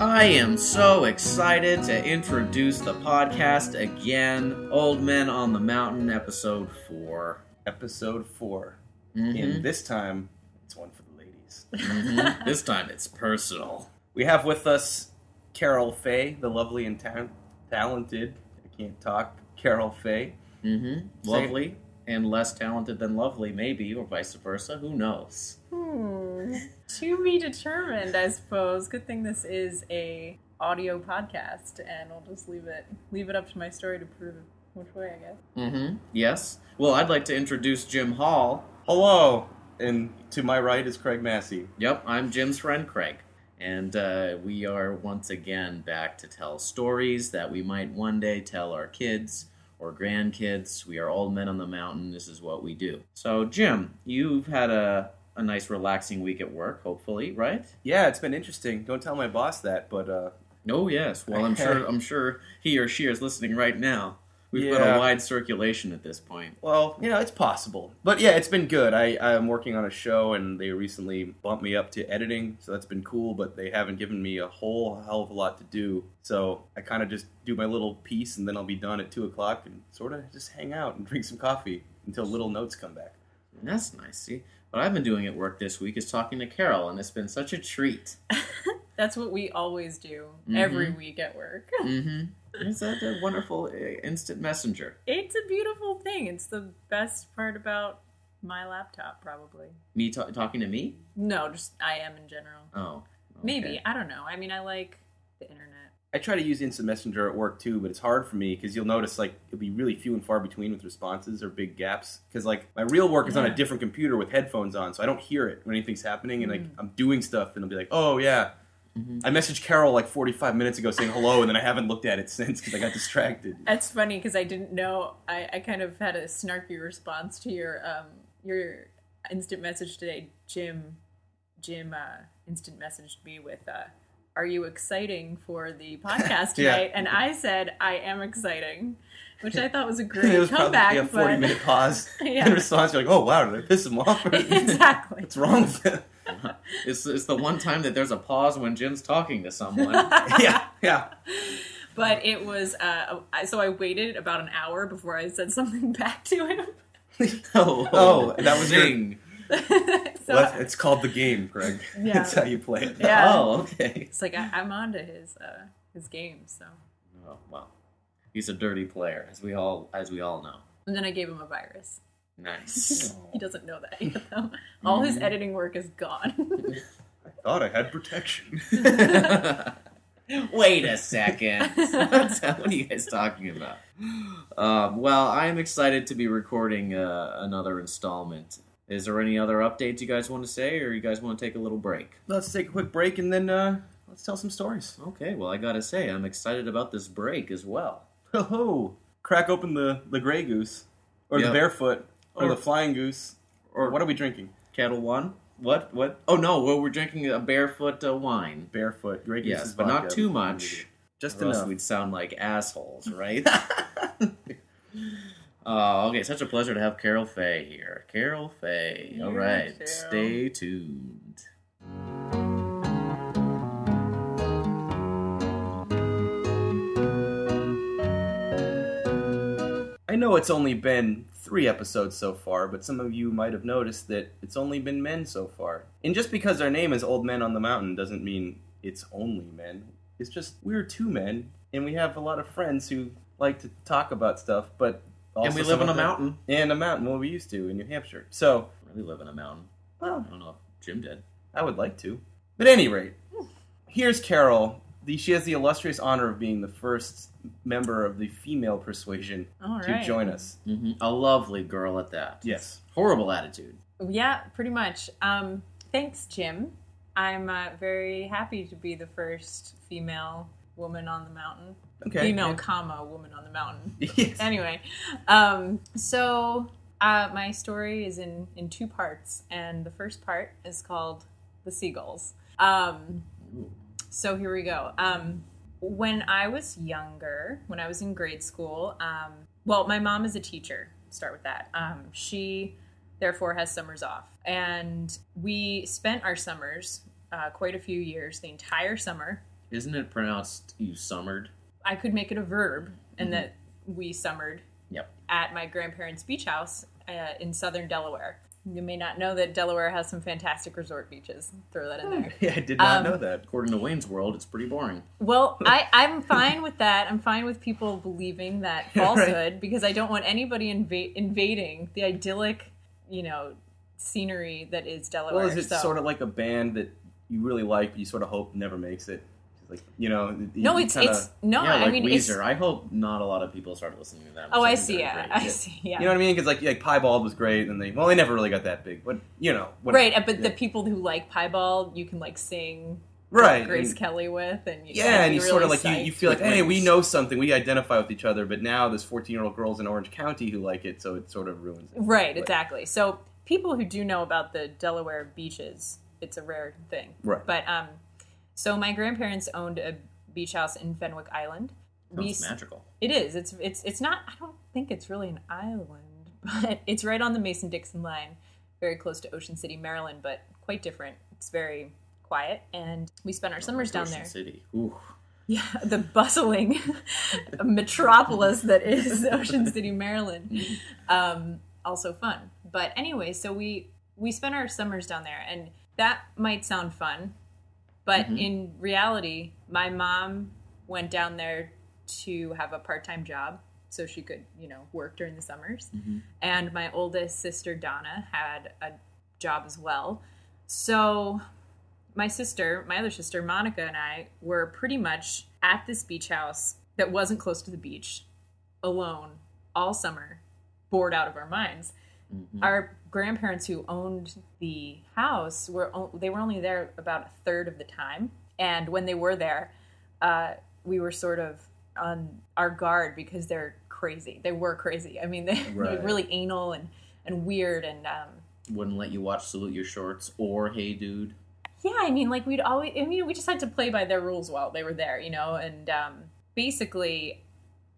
I am so excited to introduce the podcast again Old Men on the Mountain, episode 4. Episode 4 Mhm. And this time, it's one for the ladies. Mhm. this time it's personal. We have with us Carol Fay, the lovely and ta- talented. I can't talk. Carol Fay. hmm Lovely and less talented than lovely, maybe, or vice versa. Who knows? Hmm. To be determined, I suppose. Good thing this is a audio podcast, and I'll just leave it leave it up to my story to prove which way I guess. hmm Yes. Well, I'd like to introduce Jim Hall. Hello. And to my right is Craig Massey. Yep, I'm Jim's friend Craig. And uh, we are once again back to tell stories that we might one day tell our kids or grandkids. We are old men on the mountain. This is what we do. So, Jim, you've had a, a nice, relaxing week at work, hopefully, right? Yeah, it's been interesting. Don't tell my boss that, but uh, Oh yes. Well, I'm sure. I'm sure he or she is listening right now. We've got Yeah. a wide circulation at this point. Well, you know, it's possible. But yeah, it's been good. I, I'm working on a show and they recently bumped me up to editing, so that's been cool, but they haven't given me a whole hell of a lot to do. So I kind of just do my little piece and then I'll be done at 2 o'clock and sort of just hang out and drink some coffee until little notes come back. And that's nice. See, what I've been doing at work this week is talking to Carol, and it's been such a treat. That's what we always do Mhm. every week at work. Mm-hmm. It's that a wonderful uh, instant messenger. It's a beautiful thing. It's the best part about my laptop, probably. Me ta- talking to me? No, just I am in general. Oh, okay. Maybe I don't know. I mean, I like the internet. I try to use Instant Messenger at work too, but it's hard for me because you'll notice like it'll be really few and far between with responses or big gaps. Because like my real work is on Yeah. a different computer with headphones on, so I don't hear it when anything's happening, and like Mm. I'm doing stuff, and I'll be like, "Oh yeah," Mhm. I messaged Carol like 45 minutes ago saying hello, and then I haven't looked at it since because I got distracted. That's funny because I didn't know. I, I kind of had a snarky response to your um your instant message today. Jim, Jim, uh, instant messaged me with, uh, "Are you exciting for the podcast Yeah. tonight?" And I said, "I am exciting," which I thought was a it great was comeback. probably a 40 but- minute pause Yeah. in response. You're like, "Oh wow, did I piss him off?" exactly. What's wrong with him? It's, it's the one time that there's a pause when Jim's talking to someone. yeah, yeah. But it was uh, I- so I waited about an hour before I said something back to him. oh, Oh, that was your- Zing. so Well, it's called the game, Greg. Yeah. That's how you play it. Yeah. Oh, okay. it's like I, I'm onto his uh, his game. So. Oh, well, he's a dirty player, as we all as we all know. And then I gave him a virus. Nice. Oh, He doesn't know that yet, though. All his Mm-hmm. editing work is gone. I thought I had protection. Wait a second. What's- what are you guys talking about? Um, well, I am excited to be recording uh, another installment. Is there any other updates you guys want to say, or you guys want to take a little break? Let's take a quick break and then uh, let's tell some stories. Okay, well, I gotta say, I'm excited about this break as well. Ho ho! Crack open the, the gray goose, or Yeah. the barefoot, or, Or- the flying goose, or what are we drinking? Kettle One? What? What? Oh no, well, we're drinking a barefoot uh, wine. Barefoot, gray goose. Yes, is but not vodka. too much. Just or else enough. we'd sound like assholes, right? uh, okay, such a pleasure to have Carol Fay here. Carol Fay. All You right, too. stay tuned. I know it's only been three episodes so far, but some of you might have noticed that it's only been men so far. And just because our name is Old Men on the Mountain doesn't mean it's only men. It's just we're two men, and we have a lot of friends who like to talk about stuff, but also and we some live on of a them- mountain. and a mountain well we used to in new hampshire so Really live in a mountain. well I don't know if Jim did. i would like to but any rate here's carol the, she has the illustrious honor of being the first member of the female persuasion All to right. join us hmm A lovely girl at that. yes Horrible attitude. Yeah, pretty much. Um, thanks, Jim. I'm uh, very happy to be the first female woman on the mountain. okay female, comma, woman on the mountain. yes. anyway, um, so uh, my story is in in two parts, and the first part is called the seagulls. Um, Ooh. So here we go. Um, when I was younger, when I was in grade school, um, well, my mom is a teacher. Start with that. Um, she therefore has summers off, and we spent our summers uh, quite a few years, the entire summer, Isn't it pronounced you summered? I could make it a verb, and Mhm. that we summered Yep. at my grandparents' beach house uh, in southern Delaware. You may not know that Delaware has some fantastic resort beaches. Throw that in there. Yeah, I did not Um, know that. According to Wayne's World, it's pretty boring. Well, I, I'm fine with that. I'm fine with people believing that Yeah, right. falsehood because I don't want anybody inva- invading the idyllic, you know, scenery that is Delaware. Well, is it so. sort of like a band that you really like, but you sort of hope never makes it? Like you know, you- no, you it's kinda- it's no. yeah, like I mean, it's, Weezer. I hope not a lot of people started listening to them. oh, I saying see. they're Yeah, great. I see. Yeah, you know what I mean? Because like like Piebald was great, and they well, they never really got that big, but you know, whatever. right. uh, But the Yeah. people who like Piebald, you can like sing right Grace and- Kelly with, and you Yeah, and you you sort of really like you, you psyched. feel like, With hey, we wings. know something, we identify with each other, but now there's 14 year old girls in Orange County who like it, so it sort of ruins it. right. Exactly. So people who do know about the Delaware beaches, it's a rare thing. Right. But um, so my grandparents owned a beach house in Fenwick Island. Sounds s- magical. it is. It's it's it's not. I don't think it's really an island, but it's right on the Mason Dixon line, very close to Ocean City, Maryland, but quite different. It's very quiet, and we spent our summers down Ocean there. City. Ooh. Yeah, the bustling metropolis that is Ocean City, Maryland. Um, also fun. But anyway, so we we spent our summers down there, and that might sound fun, but Mhm. in reality, my mom went down there to have a part time job so she could, you know, work during the summers. Mhm. And my oldest sister Donna had a job as well. So my sister, my other sister, Monica, and I were pretty much at this beach house that wasn't close to the beach, alone, all summer, bored out of our minds. Mhm. Our grandparents who owned the house were o- they were only there about a third of the time, and when they were there, uh, we were sort of on our guard because they're crazy. They were crazy. I mean, they, they were Right. really anal and and weird and. Um, Wouldn't let you watch Salute Your Shorts or Hey Dude. yeah i mean like we'd always i mean we just had to play by their rules while they were there you know and um, basically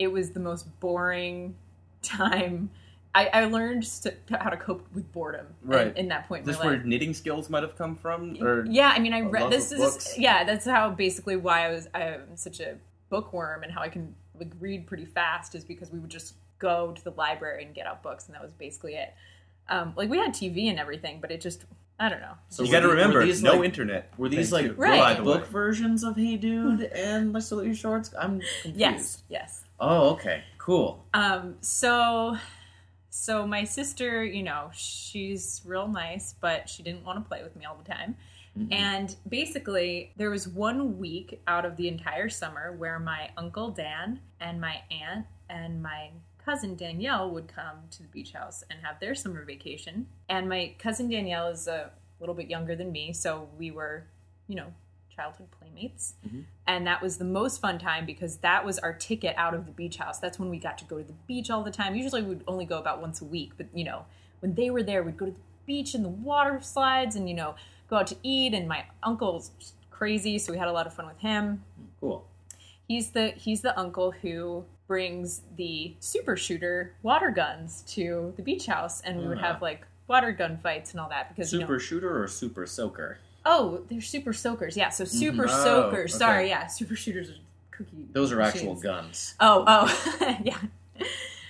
it was the most boring time i, I learned s- how to cope with boredom in- Right. in, that point Is in this my where life knitting skills might have come from? Or yeah i mean i a read love this of is books? yeah that's how basically why i was i'm such a bookworm and how i can like read pretty fast is because we would just go to the library and get out books and that was basically it um, like we had tv and everything but it just i don't know So you were got to the- were remember, these, no like- internet. Were these thing, like too, Right. by the way. book versions of Hey Dude and like Salute Your Shorts? I'm confused. yes yes Oh, okay. Cool. Um, so, so my sister, you know, she's real nice, but she didn't want to play with me all the time. Mhm. And basically, there was one week out of the entire summer where my uncle Dan and my aunt and my cousin Danielle would come to the beach house and have their summer vacation. And my cousin Danielle is a little bit younger than me, so we were, you know, childhood playmates and that was the most fun time because that was our ticket out of the beach house. That's when we got to go to the beach all the time. Usually we'd only go about once a week, but you know, when they were there, we'd go to the beach and the water slides and you know, go out to eat and my uncle's crazy, so we had a lot of fun with him. Cool. He's the he's the uncle who brings the super shooter water guns to the beach house and we would Ah. have like water gun fights and all that because you know, Super shooter or super soaker? Oh, they're super soakers. Yeah, so super Oh, soakers. okay. Sorry, yeah, super shooters are cookie. Those are actual machines. guns. Oh, oh, yeah.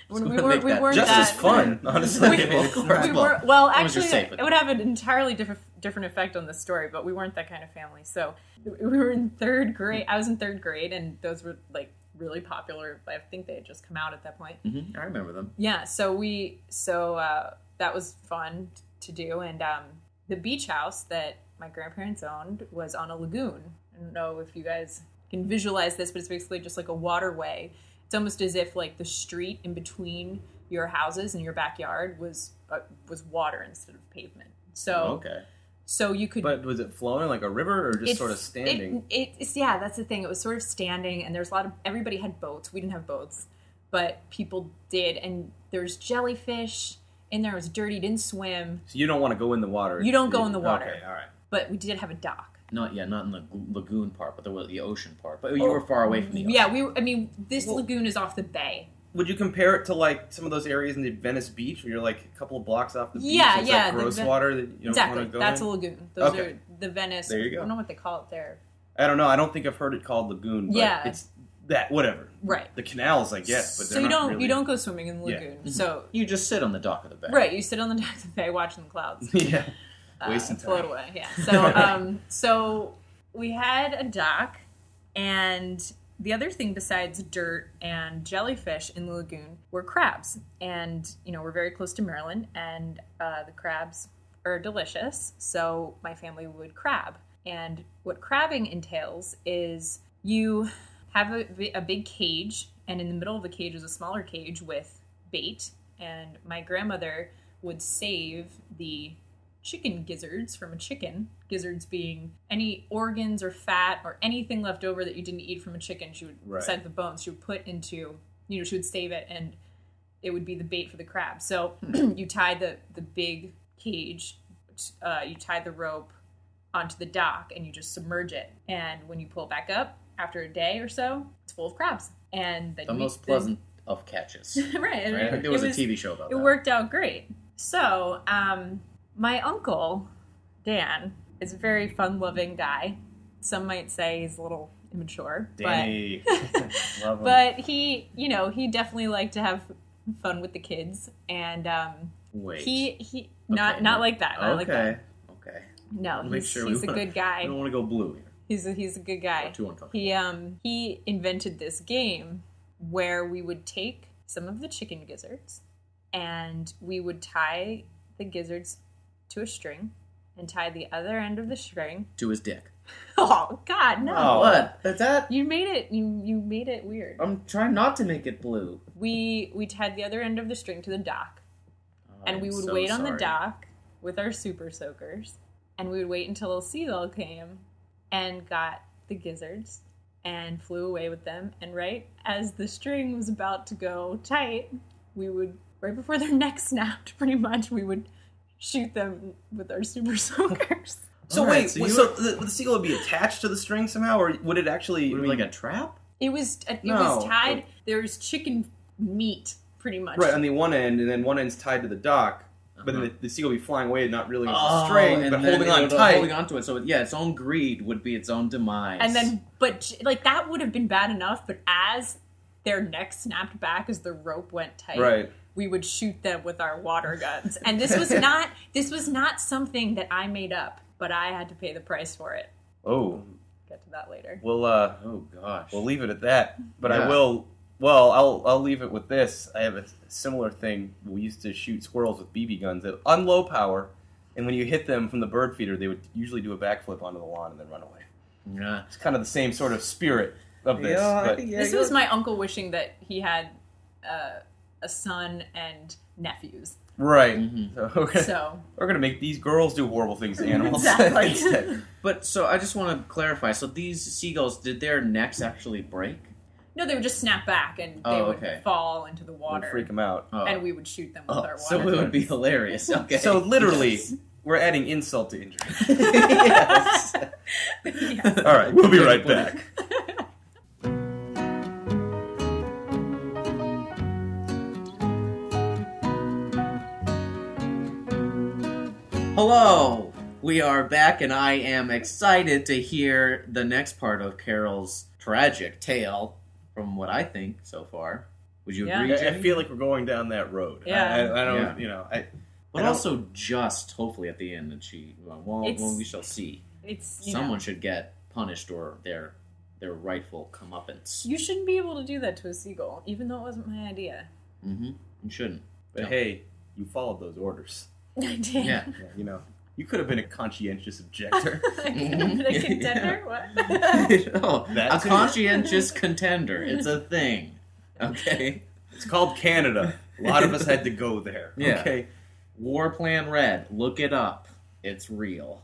When we, Wanna were, make we that weren't just as that. fun, honestly. We- It's we not- We Well, were, well, as long as you're actually, safe with it would have an entirely different different effect on the story, but we weren't that kind of family. So we were in third grade. I was in third grade, and those were like really popular. I think they had just come out at that point. hmm I remember them. Yeah, so we so uh, that was fun to do, and um, the beach house that my grandparents owned was on a lagoon. I don't know if you guys can visualize this, but it's basically just like a waterway. It's almost as if like the street in between your houses and your backyard was uh, was water instead of pavement. So Oh, okay. so you could But was it flowing like a river, or just it's- sort of standing? It, it- it's yeah, that's the thing. It was sort of standing, and there's a lot of everybody had boats. We didn't have boats, but people did, and there's jellyfish in there. It was dirty, didn't swim, so you don't want to go in the water. You don't go in the water. Okay, all right. but we did have a dock. Not yeah, not in the g- lagoon part, but there was the ocean part. But you were far away from the ocean. Yeah, we. Were, I mean, this Well- lagoon is off the bay. Would you compare it to like some of those areas in the Venice Beach where you're like a couple of blocks off the beach? Yeah, and it's, yeah, Like the gross Ve- water that you don't exactly, want to go that's in. a lagoon. Those Okay. are the Venice. There you go. I don't know what they call it there. I don't know. I don't think I've heard it called lagoon. But Yeah. it's that whatever. Right. The canals, I guess, but so they're you not don't really- you don't go swimming in the Yeah. Mm-hmm. lagoon. So You just sit on the dock of the bay. right, you sit on the dock of the bay watching the clouds. yeah. uh, Wasting float time. away. Yeah. So um, so we had a dock, and the other thing besides dirt and jellyfish in the lagoon were crabs, and you know we're very close to Maryland, and uh, the crabs are delicious. So my family would crab, and what crabbing entails is you have a, a big cage, and in the middle of the cage is a smaller cage with bait. And my grandmother would save the chicken gizzards from a chicken. Gizzards being any organs or fat or anything left over that you didn't eat from a chicken. She would, Right. besides the bones, she would put into, you know, she would save it and it would be the bait for the crab. So you tie the, the big cage, uh, you tie the rope onto the dock and you just submerge it. And when you pull it back up after a day or so, it's full of crabs. And then The you- most pleasant of catches. right. I mean, Right? I think there it was, was- a TV show about it that. worked out great. So, um, my uncle, Dan, is a very fun loving guy. Some might say he's a little immature. Danny. Love 'em. But, but he, you know, he definitely liked to have fun with the kids. And um, Wait. he, he not, Okay. not like that. Not like that. okay. okay. No, Make he's, sure we he's a wanna- good I guy. don't want to go blue here. He's a, he's a good We're guy. too uncomfortable. He um he invented this game where we would take some of the chicken gizzards and we would tie the gizzards to a string and tie the other end of the string. to his dick. Oh God, no! Oh. What? That's that? You made it. You you made it weird. I'm trying not to make it blue. We we tied the other end of the string to the dock and I'm we would so wait on the sorry. dock with our super soakers and we would wait until a seagull came and got the gizzards and flew away with them and right as the string was about to go tight we would right before their neck snapped pretty much we would shoot them with our super soakers So All right, wait, so so, you the, the seagull would be attached to the string somehow, or would it actually? Would it I be mean, like a trap? it was it was No. tied there was chicken meat pretty much right on the one end, and then one end's tied to the dock. But then Uh-huh. Oh, the, the seagull would be flying away, not really with the string, and but then holding it on would- uh, tight. Holding on to it. So, yeah, its own greed would be its own demise. And then, but like that would have been bad enough. But as their neck snapped back as the rope went tight, Right. we would shoot them with our water guns. And this was not this was not something that I made up, but I had to pay the price for it. Oh, Get to that later. we'll uh, Oh, gosh. We'll leave it at that. But Yeah. I will. Well, I'll I'll leave it with this. I have a similar thing. We used to shoot squirrels with BB guns at on low power, and when you hit them from the bird feeder, they would usually do a backflip onto the lawn and then run away. Nah. It's kind of the same sort of spirit of this. but this was my uncle wishing that he had uh, a son and nephews. right. Mhm. So we're gonna, So we're gonna make these girls do horrible things to animals. Exactly. instead. But so I just want to clarify. So these seagulls, did their necks actually break? no, they would just snap back and they Oh, would okay. fall into the We'll water, freak them out. Oh. and we would shoot them with Oh, our water. so it guns. would be hilarious. Okay. So literally, Yes. we're adding insult to injury. Yes. Yeah. All right, we'll be right back. Hello! We are back, and I am excited to hear the next part of Carol's tragic tale from what I think so far. Would you Yeah. agree, I, Jimmy? I feel like we're going down that road. I- Yeah. I, I don't, Yeah. you know, I, but I don't- also, just hopefully at the end that she, well, well, It's- we shall see. It's you know, Someone should get punished or their their rightful comeuppance. You shouldn't be able to do that to a seagull, even though it wasn't my idea. Mm-hmm. You shouldn't. but No. hey, you followed those orders. I did. Yeah. Yeah, you know, you could have been a conscientious objector. like, Mm-hmm. a contender? What? oh, That's a it. conscientious contender. It's a thing. Okay. it's called Canada. A lot of us had to go there. Yeah. Okay. War Plan Red. Look it up. It's real.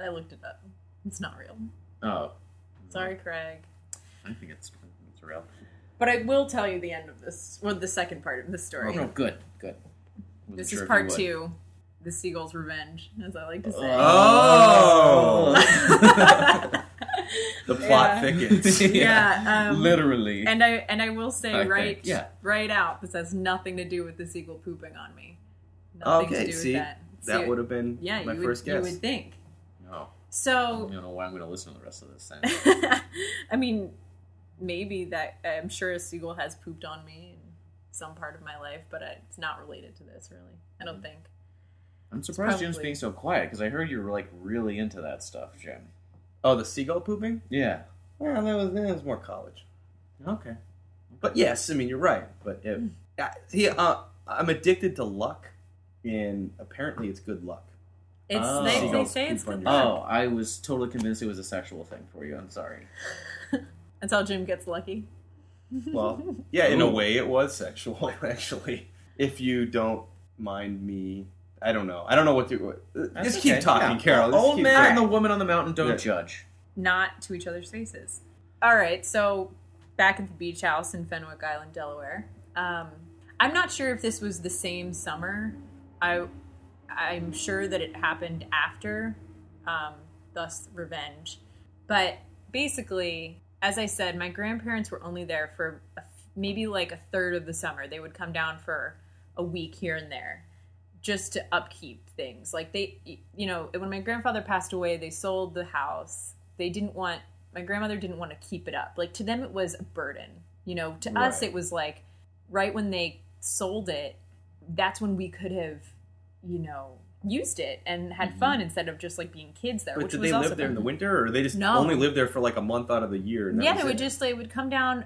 I looked it up. It's not real. Oh, Sorry, Craig. I think it's it's real. But I will tell you the end of this, well, the second part of the Oh, story. no, good, good. Wasn't This sure is if part you two The Seagull's Revenge, as I like to would. say. Oh. The plot Yeah. thickens. yeah. Um, literally. And I and I will say Okay, right yeah. right out this has nothing to do with the seagull pooping on me. Nothing to Okay, do see, with that. that So- would have been yeah, my you first would, guess. You would think. no. I So, don't know why I'm going to listen to the rest of this thing. I mean, maybe that I'm sure a seagull has pooped on me in some part of my life, but I, it's not related to this really. I don't think. I'm surprised Jim's probably- being so quiet because I heard you were like really into that stuff, Jim. Oh, the seagull pooping? Yeah. Well, that was, that was more college. Okay. But yes, I mean you're right. But it, Hmm. I, see, uh, I'm addicted to luck, and apparently it's good luck. It's Oh. they, they Seagulls say it's poop on good you. luck. Oh, I was totally convinced it was a sexual thing for you. I'm sorry. Until Jim gets lucky. Well, yeah, in a Ooh. way it was sexual actually. If you don't mind me, I don't know. I don't know what to. What, just keep talking, Carol. Just Old keep Oh, man talking. and the woman on the mountain don't Yeah. judge. not to each other's faces. All right, so back at the beach house in Fenwick Island, Delaware. Um, I'm not sure if this was the same summer. I, I'm sure that it happened after, um, thus revenge. But basically, as I said, my grandparents were only there for a, maybe like a third of the summer. They would come down for a week here and there just to upkeep things. Like they, you know, when my grandfather passed away, they sold the house. They didn't want my grandmother didn't want to keep it up. Like to them, it was a burden. You know, to us, Right. it was like right when they sold it, that's when we could have, you know, used it and had fun instead of just like being kids there. Mm-hmm. But which did was they also live there in fun the winter, or they just No. only lived there for like a month out of the year? And that yeah was they would it? just they would come down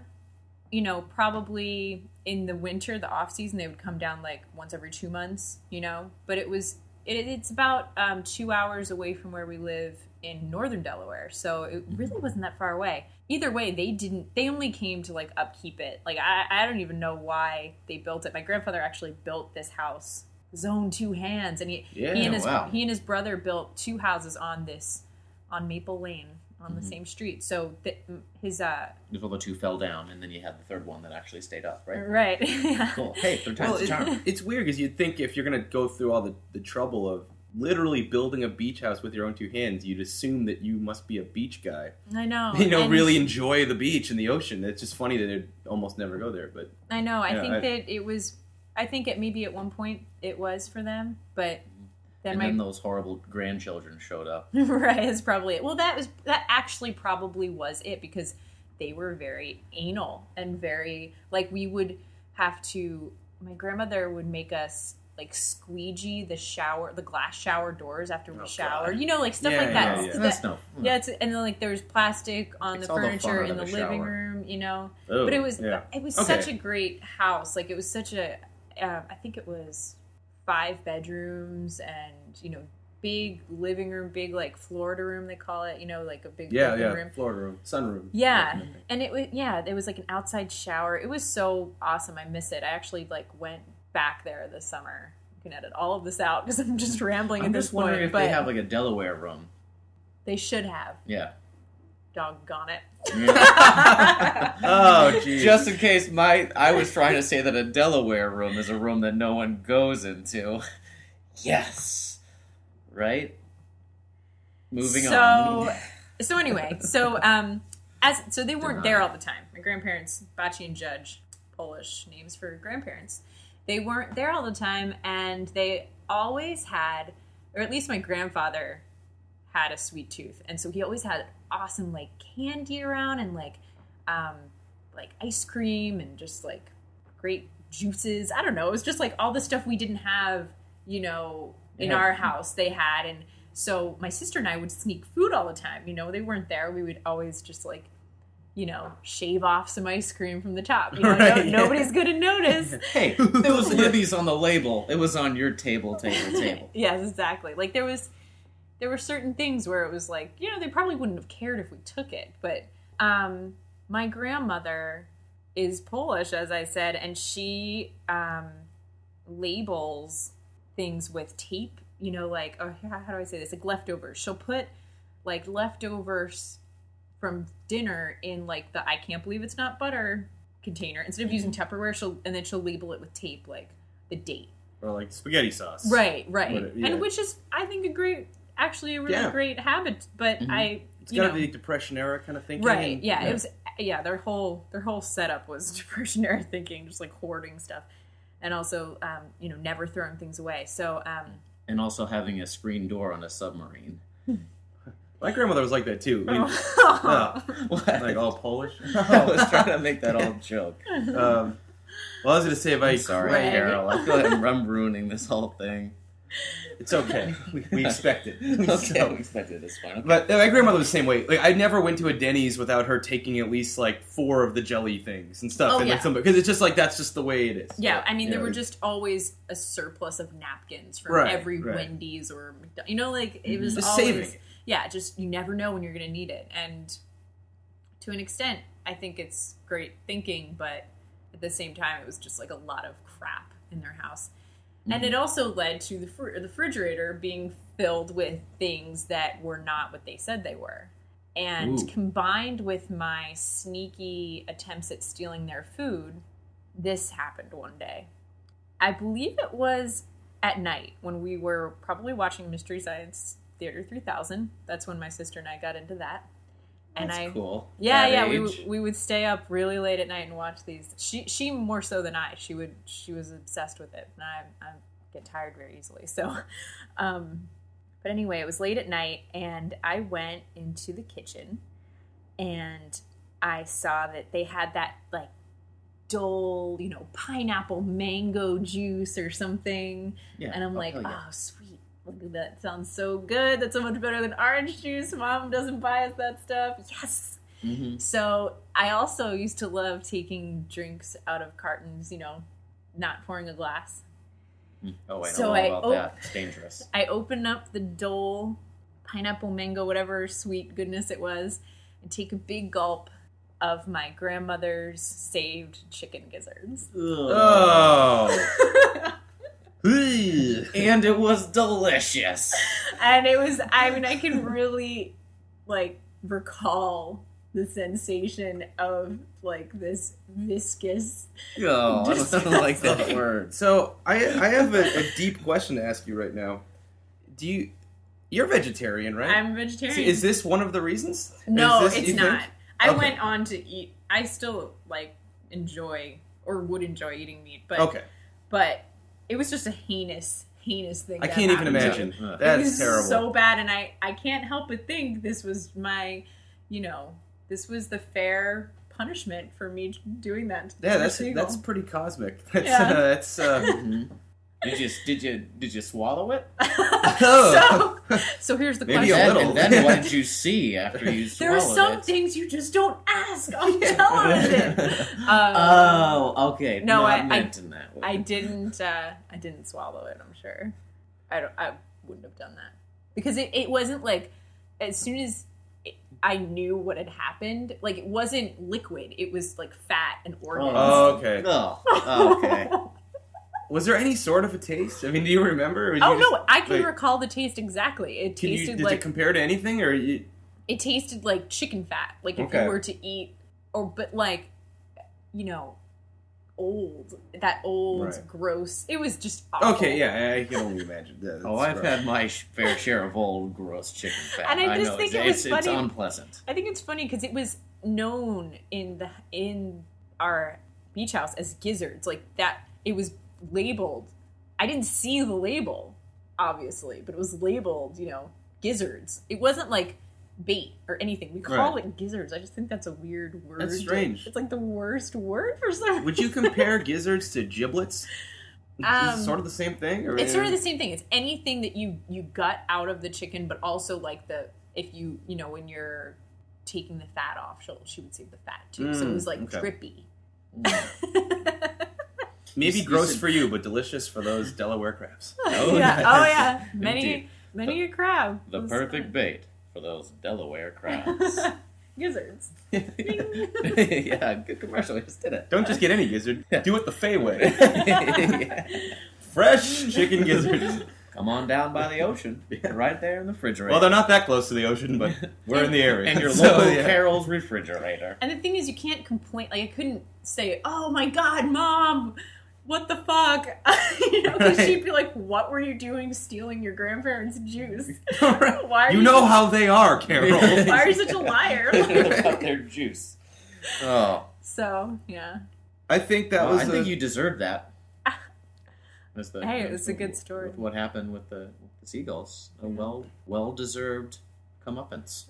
you know probably in the winter the off season they would come down like once every two months you know but it was it, it's about um, two hours away from where we live in northern delaware so it Mm-hmm. really wasn't that far away either way they didn't they only came to like upkeep it like i, I don't even know why they built it my grandfather actually built this house zone two hands and he, Yeah, he and his wow. he and his brother built two houses on this on maple lane on the same street so th- his uh Until the two fell down, and then you had the third one that actually stayed up, right? Right. yeah. Cool. Hey, third time's Well, the charm. it, it's weird because you'd think if you're going to go through all the, the trouble of literally building a beach house with your own two hands, you'd assume that you must be a beach guy. I know. you know, Oh, and really enjoy the beach and the ocean. It's just funny that they'd almost never go there. But I know. I Yeah, think I- that it was. I think it maybe at one point it was for them, but then and then my those horrible grandchildren showed up. right is probably it. Well, that was that actually probably was it because they were very anal and very like we would have to. My grandmother would make us like squeegee the shower, the glass shower doors after Oh, we God. showered. You know, like stuff Yeah, like that. yeah, No, yeah. That- That's no. hmm. Yeah, it's, and then like there's plastic on It's the all the fun furniture out in the of a living shower. room, you know. oh, but it was yeah. it was Okay. such a great house. Like it was such a, um, I think it was five bedrooms and you know big living room, big like Florida room they call it. You know, like a big yeah, living yeah, room. Florida room, sunroom. Yeah, and it was yeah, it was like an outside shower. It was so awesome. I miss it. I actually like went back there this summer. You can edit all of this out because I'm just rambling I'm at this just wondering point. if but they have like a Delaware room. they should have. Yeah. Doggone it. Oh, geez. Just in case my I was trying to say that a Delaware room is a room that no one goes into. Yes. Right? Moving so, on. so anyway, so um, as so they Denied. weren't there all the time. My grandparents, Bachi and Judge, Polish names for grandparents, they weren't there all the time, and they always had, or at least my grandfather had a sweet tooth, and so he always had awesome like candy around and like, um, like ice cream and just like great juices. I don't know. It was just like all the stuff we didn't have, you know, in Yeah. our house they had. And so my sister and I would sneak food all the time. You know, they weren't there. We would always just like, you know, shave off some ice cream from the top. You know, no- Right, yeah. nobody's going to notice. Hey, it was Libby's on the label. It was on your table, table, table. yes, exactly. Like there was, there were certain things where it was like, you know, they probably wouldn't have cared if we took it. But um, my grandmother is Polish, as I said, and she um, labels things with tape. You know, like oh, how how do I say this? Like leftovers. She'll put like leftovers from dinner in like the I can't believe it's not butter container instead of using Tupperware. She'll and then she'll label it with tape, like the date. or like spaghetti sauce. Right, right, What it- yeah. and which is I think a great, actually a really Yeah. Mm-hmm. great habit. But Mhm. I, It's you got to know, be depression era kind of thinking. right, yeah, yeah. it was, yeah, their whole their whole setup was depression era thinking, just like hoarding stuff, and also, um, you know, never throwing things away. So, um, And also having a screen door on a submarine. My grandmother was like that too. We- Oh. like all Polish. I was trying to make that all joke. Um, well, I was gonna say if I I'm sorry, Craig. Carol. I feel like I'm ruining this whole thing. it's okay. We, we expect it. Okay, So- we expected this one. Okay. But uh, my grandmother was the same way. Like I never went to a Denny's without her taking at least like four of the jelly things and stuff, Oh, and yeah. like something because it's just like that's just the way it is. Yeah, I mean, there Yeah. were just always a surplus of napkins from Right, every right. Mm-hmm. Wendy's or McDo- you know, like it was Just always saving it. yeah. Just you never know when you're going to need it, and to an extent, I think it's great thinking, but at the same time, it was just like a lot of crap in their house, and it also led to the fr- the refrigerator being filled with things that were not what they said they were. And Ooh. combined with my sneaky attempts at stealing their food, this happened one day. I believe it was at night when we were probably watching Mystery Science Theater 3000. That's when my sister and I got into that. And That's I cool. yeah, That yeah, we, age. w- we would stay up really late at night and watch these. She she more so than I. She would she was obsessed with it, and I, I get tired very easily. So, um, but anyway, it was late at night, and I went into the kitchen, and I saw that they had that like dull, you know, pineapple mango juice or something, Yeah, and I'm oh, like, hell yeah. oh sweet. Look at that sounds so good. That's so much better than orange juice. Mom doesn't buy us that stuff. Yes. Mhm. So I also used to love taking drinks out of cartons, you know, not pouring a glass. Oh, I know So all I- about oh. that. It's dangerous. I open up the dole, pineapple, mango, whatever sweet goodness it was, and take a big gulp of my grandmother's saved chicken gizzards. Oh. Ugh. and it was delicious. And it was, I mean, I can really like recall the sensation of like this viscous Oh, I Just- don't like that word. so I I have a, a deep question to ask you right now. Do you you're vegetarian, right? I'm vegetarian. So Is this one of the reasons? No, Is this- it's you not. think? I Okay. went on to eat. I still like enjoy or would enjoy eating meat, but Okay, but it was just a heinous, heinous thing. I that can't even happened to me. imagine. Ugh. it That's was terrible. So bad, and I I can't help but think this was my, you know, this was the fair punishment for me doing that. To yeah, Mr. that's Siegel. that's pretty cosmic. That's Yeah. uh, that's uh, Mm-hmm. Did you did you did you swallow it? Oh. so. So here's the Maybe a question. and, little. and then what did you see after you There are swallowed some it? things you just don't ask on television. Um, Oh, okay. No, I- Not I- meant in that way. I didn't. Uh, I didn't swallow it. I'm sure. I don't. I wouldn't have done that because it, it wasn't like as soon as it, I knew what had happened. Like it wasn't liquid. It was like fat and organs. Oh, okay. Oh, okay. Was there any sort of a taste? I mean, do you remember? or did Oh you just- no! I can wait. recall the taste exactly. It Can you, tasted did like it compare to anything, or you, it tasted like chicken fat. Like if Okay. you were to eat, or but like, you know, old that old Right. gross. It was just awful. okay? Yeah, I- I can only imagine. Yeah, that's Oh, I've rough. had my sh- fair share of old gross chicken fat. And I just know think it it's, was it's funny- unpleasant. I think it's funny because it was known in the in our beach house as gizzards, like that. It was labeled. I didn't see the label, obviously, but it was labeled. You know, gizzards. It wasn't like bait or anything. We call Right. it gizzards. I just think that's a weird word. That's strange. It's like the worst word for some. Would you compare gizzards to giblets? Um, Is it sort of the same thing, or It's sort of the same thing. It's anything that you you gut out of the chicken, but also like the if you you know when you're taking the fat off, she'll she would save the fat too. so it Mm, was like okay. Oh, drippy. maybe You gross said- for you, but delicious for those Delaware crabs. Oh, yeah. yes. Oh yeah. Many Indeed. many a crab. The was uh, perfect bait for those Delaware crabs. fun. gizzards. yeah, good commercial. I just did it. Don't just get any gizzard. Do it the Fey way. Yeah. Fresh chicken gizzards. Come on down by the ocean, right there in the refrigerator. Well, they're not that close to the ocean, but we're in the area. and your So, local yeah. Carol's refrigerator. And the thing is, you can't complain. Like I couldn't say, "Oh my God, mom." What the fuck? you know, 'cause Right. she'd be like, "What were you doing, stealing your grandparents' juice? Why are you know how they are, Carol. Why are you such a liar?" About their juice. Oh, so yeah, I think that Well, was. I a- think you deserve that. That's the- Hey, it's a good story. What happened with the, the seagulls? A well, well-deserved comeuppance.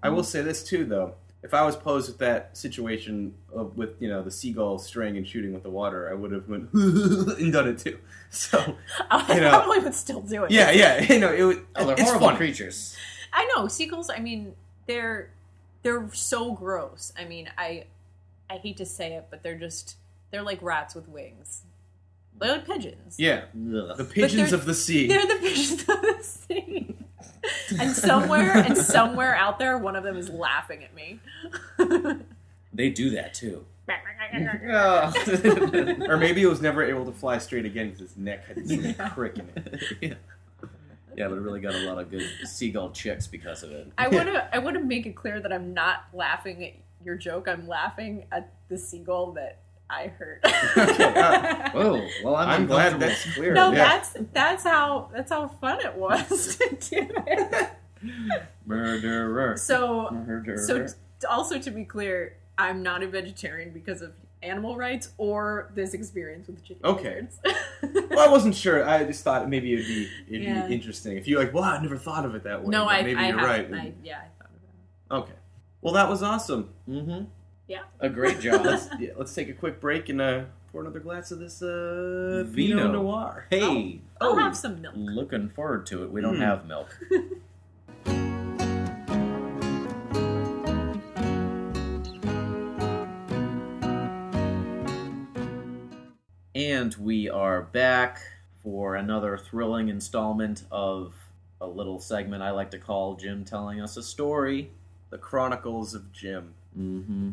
I will say this too, though. If I was posed with that situation of, with you know the seagull string and shooting with the water, I would have went and done it too. So I You know- probably would still do it. yeah, yeah, you know it. would- Oh, they're it's horrible fun. creatures. I know seagulls. I mean, they're they're so gross. I mean, I I hate to say it, but they're just they're like rats with wings. They're like pigeons. Yeah, Ugh. the pigeons they're- of the sea. They're the pigeons of the sea. and somewhere and somewhere out there, one of them is laughing at me. They do that too. or maybe it was never able to fly straight again because its neck had this crick in it. yeah. yeah, but it really got a lot of good seagull chicks because of it. I want to I want to make it clear that I'm not laughing at your joke. I'm laughing at the seagull that I hurt. uh, Whoa, well, I'm, I'm, glad uncomfortable. that's clear. no, yeah. that's that's how that's how fun it was to do it. Murderer. So Murderer. so t- also to be clear, I'm not a vegetarian because of animal rights or this experience with chicken. Okay. fingers. Well, I wasn't sure. I just thought maybe it'd be it'd Yeah. be interesting if you're like, "Wow, I never thought of it that way." no, But I maybe I you're have, right. I, yeah, I thought about Okay. Well, that was awesome. Mm-hmm. Yeah. Oh. A great job. Let's yeah, let's take a quick break and uh, pour another glass of this uh, Vino. Pinot Noir. hey, it. I'll Oh. have some milk. looking forward to it. We don't Hmm. have milk. and we are back for another thrilling installment of a little segment I like to call Jim telling us a story. The Chronicles of Jim. Mm-hmm.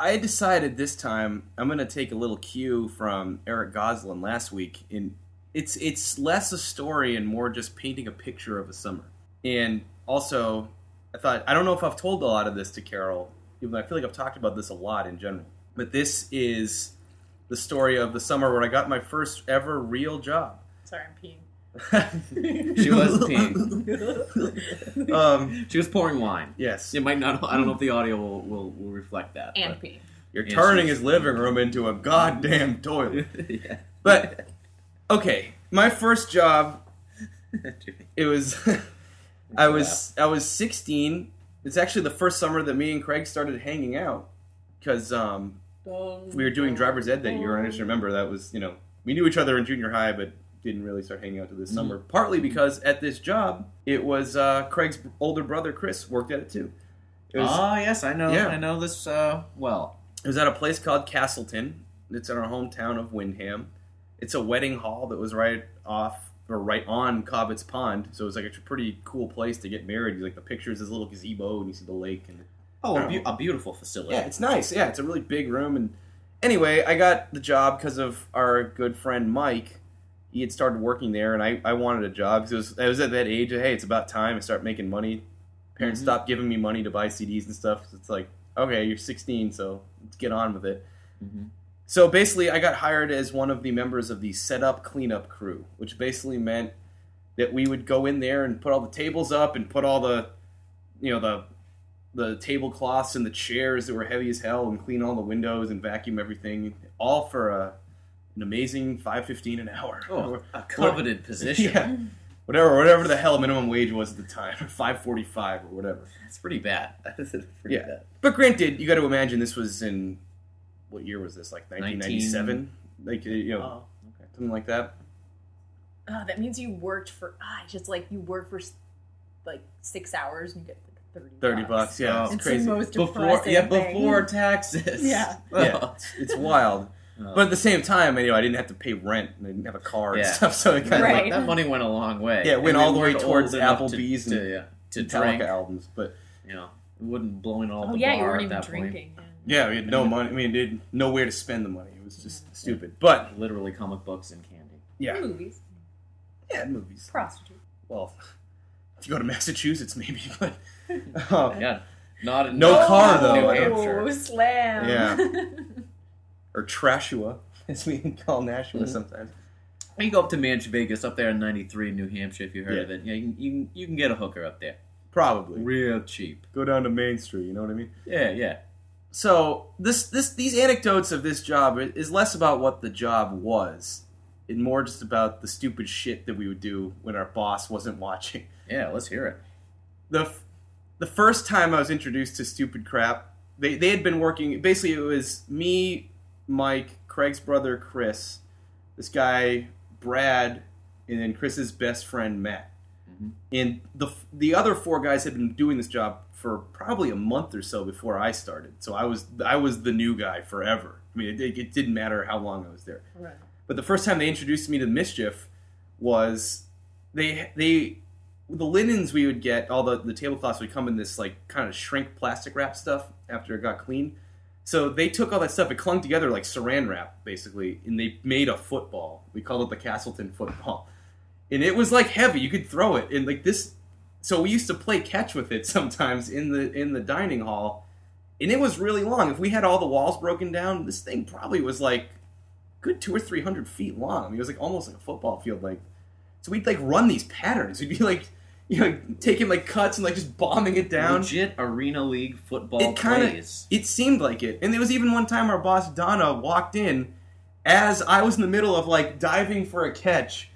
I decided this time I'm gonna take a little cue from Eric Goslin last week. In it's it's less a story and more just painting a picture of a summer. And also, I thought I don't know if I've told a lot of this to Carol, even though I feel like I've talked about this a lot in general. But this is the story of the summer where I got my first ever real job. Sorry, I'm peeing. She was peeing. um, She was pouring wine. yes, It might not. I don't know if the audio will will, will reflect that. And but- peeing. you're Yes, turning yes. his living room into a goddamn toilet. yeah. But okay, my first job it was I was I was 16. It's actually the first summer that me and Craig started hanging out because um, we were doing driver's ed that year. And I just remember that was you know we knew each other in junior high, but didn't really start hanging out till this Mm-hmm. summer. Partly because at this job, it was uh, Craig's older brother Chris worked at it too. It was, Ah, yes, I know. Yeah. I know this uh, well. it was at a place called Castleton. It's in our hometown of Windham. It's a wedding hall that was right off or right on Cobbett's Pond, so it was like a pretty cool place to get married. Like the pictures, this little gazebo, and you see the lake and Oh, a, Oh. beau- a beautiful facility. yeah, it's nice. Yeah, it's a really big room. And anyway, I got the job because of our good friend Mike. He had started working there, and I, I wanted a job because I was at that age of hey, it's about time I start making money. Parents Mhm. stopped giving me money to buy CDs and stuff. So it's like okay, you're 16, so let's get on with it. Mhm. So basically, I got hired as one of the members of the setup cleanup crew, which basically meant that we would go in there and put all the tables up and put all the you know the the tablecloths and the chairs that were heavy as hell and clean all the windows and vacuum everything all for a, an amazing 515 an hour Oh, a coveted position. yeah whatever whatever the hell minimum wage was at the time 545 or whatever That's pretty bad. That's pretty Yeah. bad. but granted you got to imagine this was in what year was this like 1997 like you know Oh, okay. something like that Oh, that means you worked for. Ah, it's just like you work for s- like six hours and you get like thirty. 30 bucks yeah Oh. it's It's crazy the most Before, depressing yeah, thing. before taxes. Yeah. yeah it's, it's wild Oh. but at the same time you know i didn't have to pay rent and i didn't have a car and Yeah. stuff so it kind of Right. Like, that money went a long way. Yeah, it went And we all the way weren't towards old enough to- Applebee's to, and yeah, to Metallica drink. albums, but You know, it wouldn't blowing all Oh the bar yeah, you weren't at even that point. drinking. yeah, we had no money. I mean, did nowhere to spend the money. It was just stupid. But Literally comic books and candy. yeah. yeah, Movies, yeah, movies. prostitute. Well, if you go to Massachusetts, maybe, but uh, Yeah. Not in- No car, though. New Oh, Hampshire. slam. Yeah. or Trashua, as we call Nashua Mhm. sometimes. You go up to Manch Vegas up there in '93, New Hampshire. If you heard Yeah. of it, yeah, you can, you can you can get a hooker up there, Probably real cheap. go down to Main Street. You know what I mean? Yeah, yeah. so this this these anecdotes of this job i- is less about what the job was and more just about the stupid shit that we would do when our boss wasn't watching Yeah, let's hear it. the f- the first time I was introduced to stupid crap, they they had been working. Basically, it was me, Mike, Craig's brother Chris, this guy Brad, and then Chris's best friend Matt. Mhm. And the f- the other four guys had been doing this job for probably a month or so before I started. So I was I was the new guy forever. I mean, it, it didn't matter how long I was there. Right. But the first time they introduced me to mischief was they they the linens we would get, all the the tablecloths would come in this like kind of shrink plastic wrap stuff after it got clean. So they took all that stuff, it clung together like saran wrap basically, and they made a football. We called it the Castleton football, and it was like heavy. You could throw it, and like this. So we used to play catch with it sometimes in the in the dining hall, and it was really long. If we had all the walls broken down, this thing probably was like good two or three hundred feet long. I mean, it was like almost like a football field length. So we'd like run these patterns. We'd be like, you know, taking like cuts and like just bombing it down. Legit arena league football It kinda- plays. It seemed like it. And there was even one time our boss Donna walked in as I was in the middle of like diving for a catch,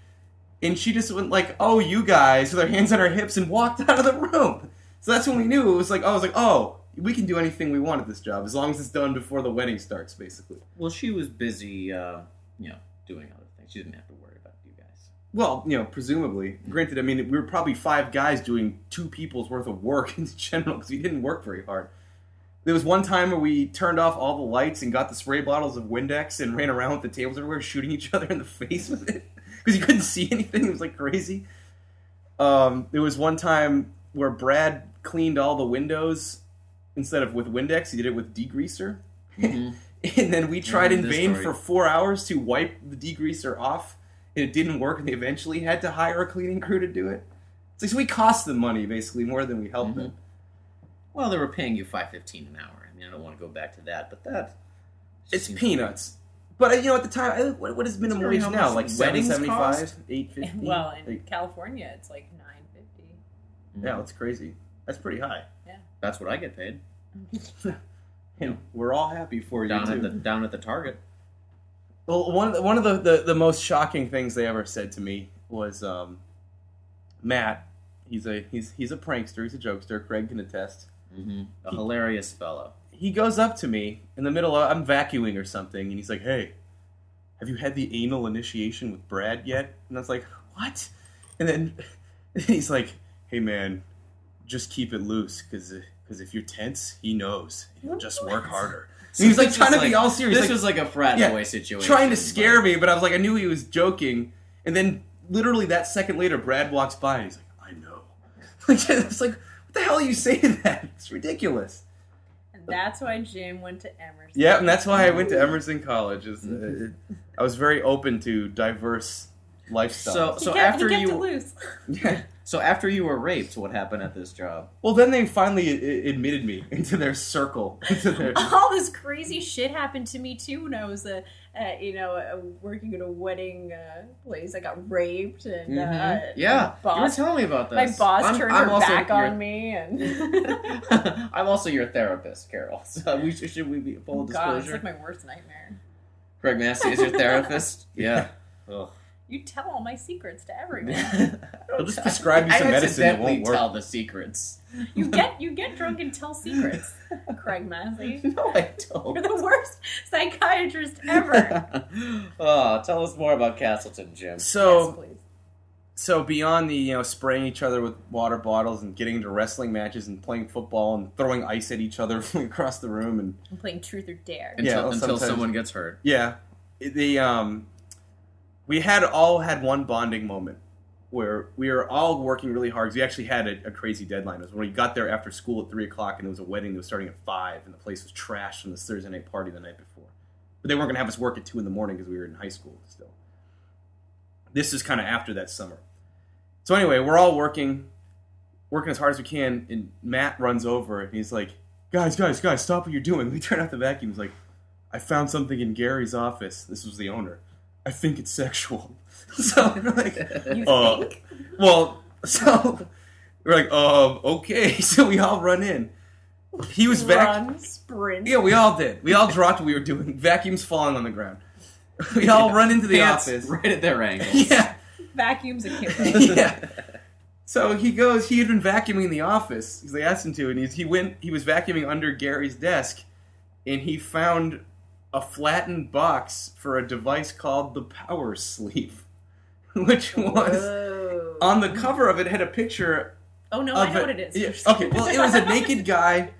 and she just went like, "Oh, you guys," with her hands on her hips, and walked out of the room. So that's when we knew it was like, I was like, "Oh, we can do anything we want at this job as long as it's done before the wedding starts." Basically. Well, she was busy, uh, you know, doing other things. She didn't have to worry about you guys. Well, you know, presumably. Granted, I mean, we were probably five guys doing two people's worth of work in general because we didn't work very hard. There was one time where we turned off all the lights and got the spray bottles of Windex and ran around with the tables everywhere, shooting each other in the face with it because you couldn't see anything. It was like crazy. Um, there was one time where Brad cleaned all the windows instead of with Windex, he did it with degreaser. And then we tried in this vain story. for four hours to wipe the degreaser off, and it didn't work. And they eventually had to hire a cleaning crew to do it. It's like, so we cost them money basically more than we Mm-hmm. helped them. Well, they were paying you five fifteen an hour. I mean, I don't want to go back to that, but that just It's seems- peanuts. But uh, you know, at the time, I- what, what is minimum Sorry, wage how now? much Like do seven weddings seventy-five, cost? eight fifty. Well, in like, California, it's like nine fifty. yeah, it's crazy. That's pretty high. That's what I get paid You know, we're all happy for you down too. at the down at the Target. Well, one of the, one of the, the, the most shocking things they ever said to me was um, Matt. He's a he's he's a prankster. He's a jokester. Craig can attest. Mm-hmm. A hilarious fellow. He goes up to me in the middle of I'm vacuuming or something, and he's like, "Hey, have you had the anal initiation with Brad yet?" And I was like, "What?" And then he's like, "Hey, man, just keep it loose, because if you're tense, he knows. He'll just work harder." And he's like This trying was to be all serious. This like- was like a frat Yeah, boy situation. trying to scare but- me, but I was like, I knew he was joking. And then literally that second later, Brad walks by and he's like, I know. Like, it's like, what the hell are you saying that? It's ridiculous. And that's why Jim went to Emerson. Yeah, and that's why I went to Emerson College. Is, uh, it- I was very open to diverse lifestyles. So- He kept, after he kept you- it loose. Yeah. So after you were raped, what happened at this job? well, then they finally i- i- admitted me into their circle. Into their, all this crazy shit happened to me too when I was a, uh you know uh working at a wedding uh, place. I got raped and uh, Mhm. yeah, you were boss- telling me about this. my boss I'm- turned I'm her also back your- on me and I'm also your therapist, Carol. So we should, should we be full God, it's disclosure? like my worst nightmare. Craig Massey is your therapist. yeah. Ugh. You tell all my secrets to everyone. I'll just prescribe you some medicine that won't work. tell the secrets. You get you get drunk and tell secrets, Craig Massey. No, I You're don't. the worst psychiatrist ever. oh, tell us more about Castleton, Jim. so yes, please. so beyond the you know spraying each other with water bottles and getting into wrestling matches and playing football and throwing ice at each other from across the room and I'm playing truth or dare. Until, well, until sometimes- someone gets hurt. Yeah, It- the um, we had all had one bonding moment where we were all working really hard. 'cause We actually had a, a crazy deadline. It was when we got there after school at three o'clock, and there was a wedding that was starting at five, and the place was trashed from this Thursday night party the night before. But they weren't going to have us work at two in the morning because we were in high school still. This is kind of after that summer. So anyway, we're all working, working as hard as we can, and Matt runs over and he's like, "Guys, guys, guys, stop what you're doing." We turn off the vacuum. He's like, I found something in Gary's office. This was the owner. I think it's sexual. So we're like, You uh, think? well, so we're like, um, okay. So we all run in. He was vac. Run, sprint. Yeah, we all did. We all dropped what we were doing. Vacuums falling on the ground. We all run into the Pants office. right at their ankles. Yeah, Vacuums a kid. yeah. So he goes. He had been vacuuming the office because they asked him to, and he's, he went. He was vacuuming under Gary's desk, and he found a flattened box for a device called the Power Sleeve, which was Whoa. on the cover of it had a picture oh no, of I know a- what it is. yeah, okay, well, it was a naked guy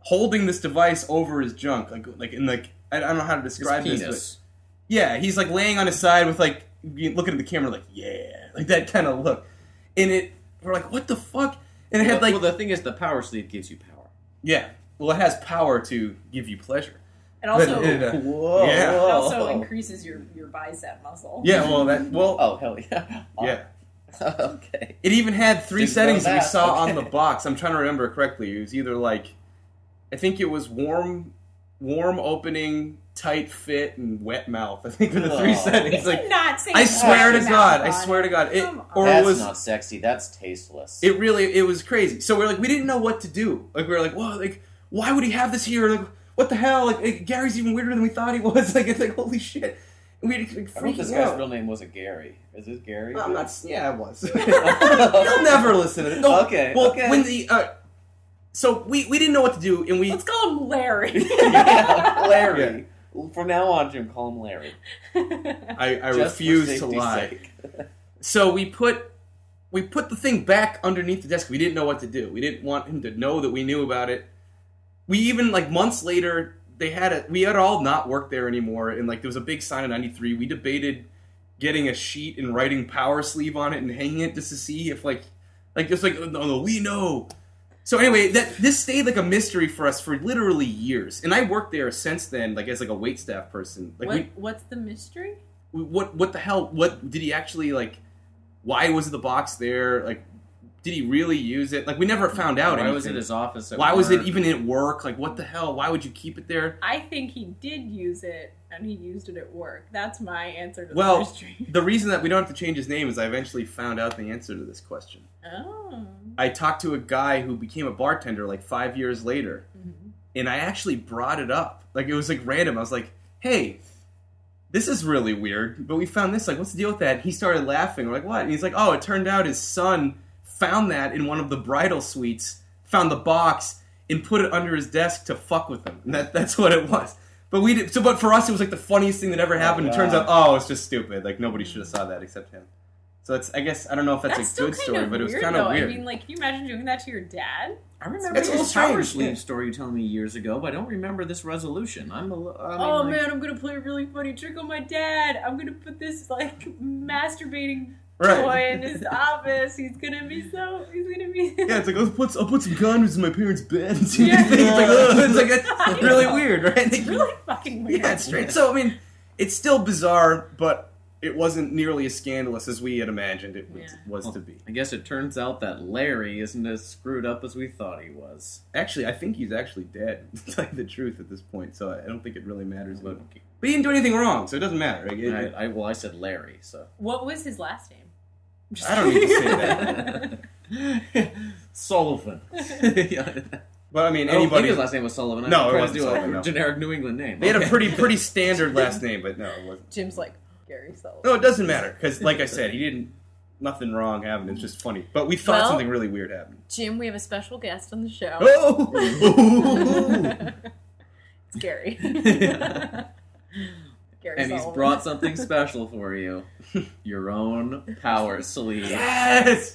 holding this device over his junk, like like in like I I don't know how to His describe this. But penis. yeah, he's like laying on his side with like you- looking at the camera, like yeah, like that kind of look. And it we're like, what the fuck? And it had well, like well, the thing is, the power sleeve gives you power. yeah, well, it has power to give you pleasure. and also, but it, uh, it Whoa! Yeah. It also increases your your bicep muscle. Yeah, well that well Oh hell yeah! yeah. okay. It even had three Didn't know settings that we that. saw Okay. on the box. I'm trying to remember correctly. It was either like, I think it was warm, warm opening, tight fit, and wet mouth. I think were the three Oh. settings. Like, not saying I swear to that. God, I swear to God, it Come on. or it That's was not sexy. That's tasteless. it really it was crazy. So we're like, we didn't know what to do. Like we were like, whoa, like why would he have this here? Like what the hell? Like, like, Gary's even weirder than we thought he was. Like it's like holy shit. We were, like, I hope freaking this out. guy's real name wasn't Gary. Is this Gary? Well, I'm not. Yeah, I was. You'll never listen to it. No, Okay, Well, okay. when the uh, so we we didn't know what to do, and we Let's call him Larry. yeah, Larry. From now on, Jim, call him Larry. I, I Just for refused to safety's lie. sake. So we put we put the thing back underneath the desk. We didn't know what to do. We didn't want him to know that we knew about it. We even like months later, they had it. We had all not worked there anymore, and like there was a big sign in '93. We debated getting a sheet and writing "power sleeve" on it and hanging it just to see if like like just like oh, no, no, we know. So anyway, that this stayed like a mystery for us for literally years, and I worked there since then, like as like a waitstaff person. Like what, we, what's the mystery? what what the hell what did he actually like why was the box there like did he really use it like we never found out Why was it anything. his office? At why was it work? even at work like what the hell why would you keep it there I think he did use it, and he used it at work. That's my answer to Well- the mystery. the reason that we don't have to change his name is i eventually found out the answer to this question Oh. i talked to a guy who became a bartender like five years later Mhm. and I actually brought it up. Like it was like random. I was like, "Hey, this is really weird, but we found this. Like, what's the deal with that?" And he started laughing. We're like, "What?" And he's like, "Oh, it turned out his son found that in one of the bridal suites, found the box, and put it under his desk to fuck with him." And that that's what it was. But we did, so, but for us, it was like the funniest thing that ever happened. It turns out, oh, it's just stupid. Like nobody should have saw that except him. So that's, I guess, I don't know if that's, That's a still good kind story, of but it was weird, kind though. of weird. I mean, like, can you imagine doing that to your dad? I remember That's a this little power strange, sleeve yeah. story you told me years ago, but I don't remember this resolution. I'm a. li- I mean, oh like, man, I'm gonna play a really funny trick on my dad. I'm gonna put this like masturbating Right. toy in his office. He's gonna be so. He's gonna be. Yeah, it's like "Oh, I'll put I'll put some condoms in my parents' bed and see Yeah. what they think. It's like, ugh. It's like that's I really know. weird, right? It's really fucking weird. yeah, it's strange. So I mean, it's still bizarre, but it wasn't nearly as scandalous as we had imagined it was, Yeah. was to be. I guess it turns out that Larry isn't as screwed up as we thought he was. Actually, I think he's actually dead. to tell you the truth at this point, so I don't think it really matters. But, But, but he didn't do anything wrong, so it doesn't matter. Like, it- I, I, well, I said Larry, so. What was his last name? I'm just I don't need to kidding. say that. Sullivan. but I mean, I don't think anybody. Oh, his last name was Sullivan. I No, was it trying wasn't to do Sullivan, a no. generic New England name. They had a Okay. pretty pretty standard last name, but no, it wasn't. Jim's like Gary Sullivan. No, it doesn't matter because, like I said, he didn't. Nothing wrong happened. It's just funny. But we thought Well- something really weird happened. Jim, we have a special guest on the show. Oh! it's Gary. Gary And he's Sullivan. brought something special for you your own power sleeve. yes!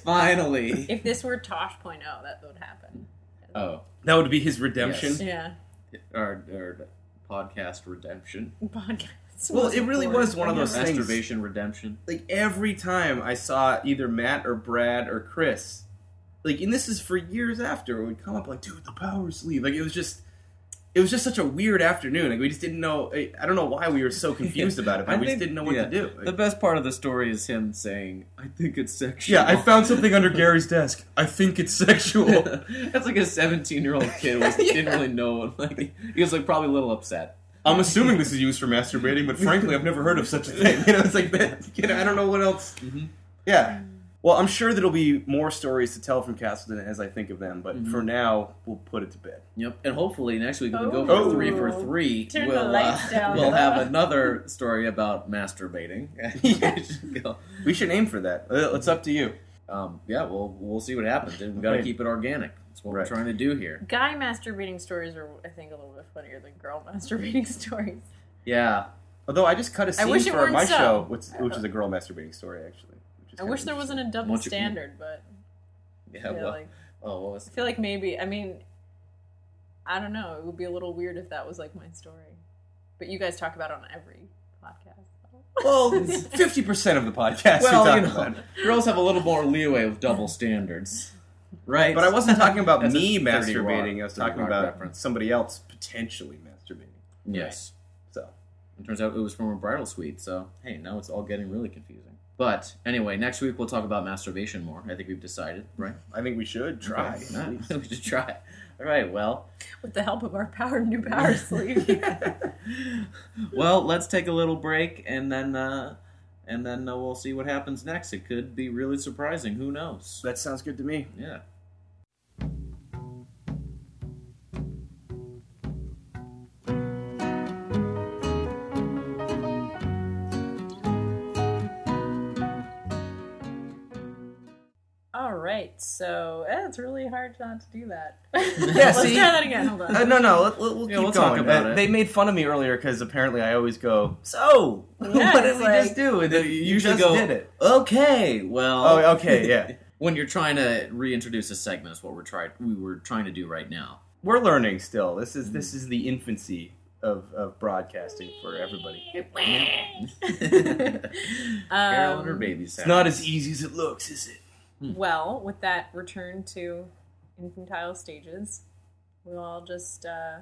Finally. If this were Tosh.0, that would happen. Oh, That would be his redemption. Yeah. our, our podcast redemption. Podcast. Well, was it really born. was one of Yeah. those things. Masturbation redemption. Like every time I saw either Matt or Brad or Chris, like, and this is for years after, it would come up like, dude, the power sleeve. Like it was just, it was just such a weird afternoon. Like we just didn't know. I, I don't know why we were so confused about it, but I we just think- didn't know what yeah. to do. The best part of the story is him saying, I think it's sexual. yeah, I found something under Gary's desk. I think it's sexual. That's like a 17 year old kid was didn't really know. Like he was like probably a little upset. I'm assuming this is used for masturbating, but frankly, I've never heard of such a thing. You know, it's like that. You know, I don't know what else. Mhm. Yeah. Well, I'm sure there'll be more stories to tell from Castleton as I think of them, but Mm-hmm. for now, we'll put it to bed. Yep. And hopefully next week when we go for Oh. three for three, Turn the we'll, uh, lights down. we'll have another story about masturbating. Yeah. We should go- We should aim for that. Uh, It's up to you. Um, yeah, well, we'll see what happens. We've got to Right. keep it organic. That's what Right. we're trying to do here. Guy masturbating stories are, I think, a little bit funnier than girl masturbating stories. Yeah, Although I just cut a scene wish it for weren't my so. show, which, which is a girl masturbating story actually. which is I kind wish of there wasn't interesting. a double Once you- standard, but yeah. I well, feel, like, oh, what was I feel like maybe, I mean, I don't know. It would be a little weird if that was like my story. But you guys talk about it on every podcast. Well, fifty percent of the podcast. we Well, talk you know, about it. girls have a little more leeway with double standards, right? but I wasn't talking about That's a me 30 masturbating. rock- I was 30 talking rock about reference. somebody else potentially masturbating. yes. So It turns out it was from a bridal suite, so hey, now it's all getting really confusing. But anyway, next week we'll talk about masturbation more. I think we've decided, right? I think we should try. Okay. Nah, we should try. All right. Well, With the help of our power new power sleeve. well, let's take a little break, and then uh, and then uh, we'll see what happens next. It could be really surprising. Who knows? That sounds good to me. Yeah. All right, so eh, it's really hard not to do that. Let's see? try that again. Hold Uh, on. no, no, let, will Yeah, keep we'll going. talk about Uh, it. They made fun of me earlier because apparently I always go, "So, Yeah, what did it's we like- just do?" And then you usually just go, did it. Okay. Well. Oh, okay, yeah. when you're trying to reintroduce a segment is what we're trying we were trying to do right now. We're learning still. This is this is the infancy of, of broadcasting for everybody. Um, Carol and her Um, baby sound. It's not as e- easy as it looks, is it? well, with that return to infantile stages, we'll all just uh,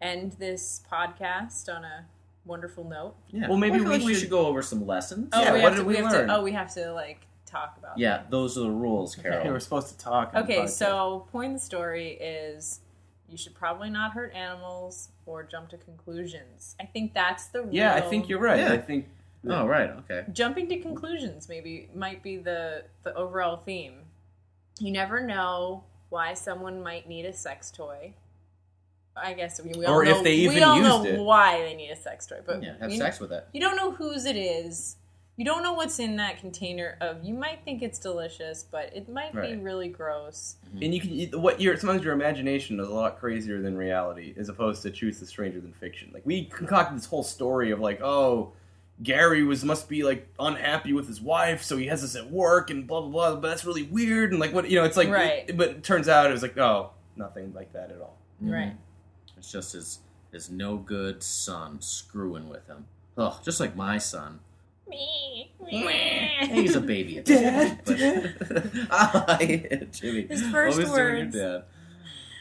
end this podcast on a wonderful note. Oh, Yeah. Well, maybe I feel we like we should- should go over some lessons. Yeah, we what have did to, we have learn? To, oh, we have to like talk about. Yeah, those are the rules, Carol. Hey, we're supposed to talk. on the Okay, podcast. so point of the story is you should probably not hurt animals or jump to conclusions. I think that's the yeah, I real- think you're right. Yeah. I think Oh, right. Okay. jumping to conclusions maybe might be the the overall theme. You never know why someone might need a sex toy. I guess we, we all Or if know, they we even all used know it. why they need a sex toy, but Yeah, have you, sex with it. you don't know whose it is. You don't know what's in that container of you might think it's delicious, but it might be Right. really gross. And you can you- what your sometimes your imagination is a lot crazier than reality, as opposed to truth is stranger than fiction. Like we concocted this whole story of like, oh, Gary was must be like unhappy with his wife, so he has this at work and blah blah blah. But that's really weird and like what you know, it's like, Right. but it turns out it was like, oh, nothing like that at all. Mhm. Right. It's just his his no good son screwing with him. Oh, just like my son. Me. He's a baby. At this Dad, point, but- Ah, Jimmy. His first always doing words. Your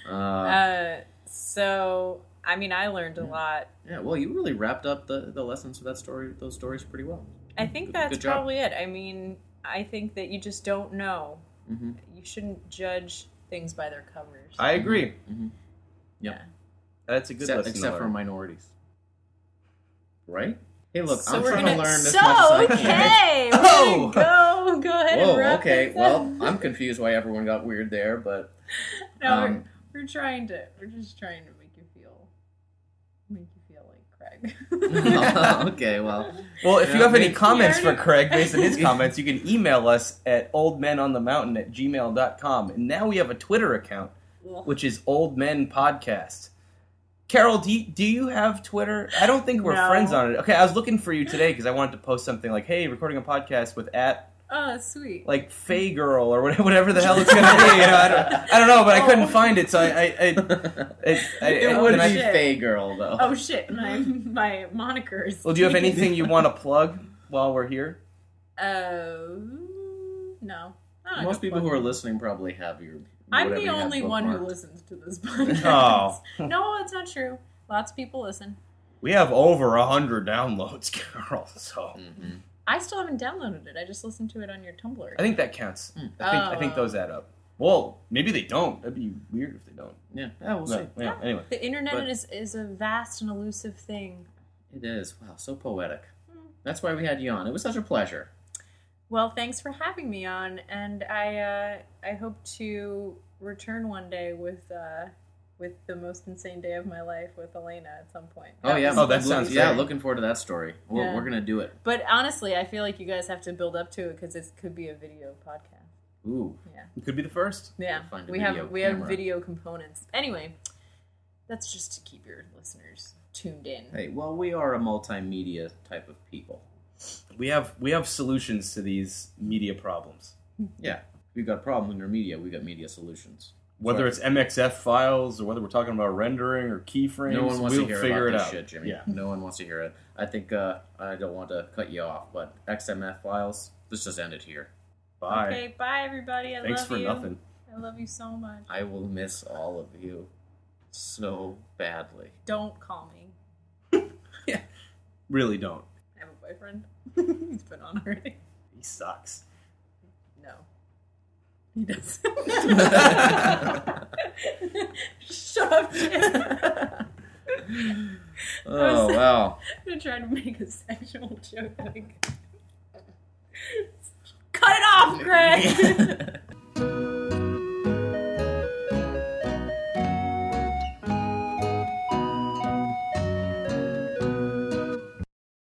dad. Uh, uh, so, I mean, I learned a lot. yeah. Well, you really wrapped up the, the lessons of that story, those stories, pretty well. I think Good- that's good job. probably it. I mean, I think that you just don't know. Mm-hmm. You shouldn't judge things by their covers. I agree. Mhm. Yep. Mm-hmm. Yeah. That's a good except, lesson. to except for learn. minorities. Right? Hey, look, so I'm we're trying gonna to learn this so much as I can. okay. We're Oh! gonna go go ahead and Whoa, wrap okay. this Well, up. I'm confused why everyone got weird there, but no, um, we're, we're trying to. We're just trying to make you feel, make you feel like Craig. okay, well, Well, if you Yeah, have any maybe- comments We for already- Craig based on his comments, you can email us at oldmenonthemountain at gmail.com. And now we have a Twitter account, which is Old Men Podcast. Carol, do you, do you have Twitter? I don't think we're No. friends on it. Okay, I was looking for you today because I wanted to post something like, hey, recording a podcast with at, oh, sweet. like, Fay Girl or whatever, whatever the hell it's going to be. You know, I, don't, I don't know, but I couldn't find it, so I. I, I, I, I it I- would then I- be shit. Fay Girl, though. oh shit! My my monikers. Well, do you have anything you want to plug while we're here? Uh, no. I don't Most know. people who are listening probably have your. I'm whatever the you have only one who bookmarked. listens to this podcast. Oh. No, it's not true. Lots of people listen. We have over a hundred downloads, Carol. So Mhm. I still haven't downloaded it. I just listened to it on your Tumblr. I think that counts. Hmm. I think I think Oh. those add up. Well, maybe they don't. That'd be weird if they don't. Yeah, yeah, we'll No, see. yeah, anyway, the internet but- is, is a vast and elusive thing. It is. Wow, so poetic. Hmm. That's why we had you on. It was such a pleasure. Well, thanks for having me on, and I uh, I hope to return one day with uh, with the most insane day of my life with Elena at some point. Oh yeah, was- Oh, that sounds yeah. great. Looking forward to that story. We're, Yeah. we're gonna do it. But honestly, I feel like you guys have to build up to it because it could be a video podcast. Ooh, Yeah, It could be the first. yeah. Gotta find a We video have we have camera. video components. Anyway, that's just to keep your listeners tuned in. hey, well, we are a multimedia type of people. We have we have solutions to these media problems. Yeah, we've got problems in our media. We've got media solutions. Whether Right. it's MXF files or whether we're talking about rendering or keyframes, No one wants we'll to hear figure about it this out. shit, Jimmy. Yeah. No one wants to hear it. I think uh, I don't want to cut you off, but XMF files. Let's just end it here. Bye. Okay, bye everybody. I Thanks love for you. nothing. I love you so much. I will miss all of you so badly. Don't call me. Really don't. I have a boyfriend. He's been on already. He sucks. No. He doesn't. Shut up, Jim. Oh wow. I'm trying to make a sexual joke. Like... Cut it off, Greg!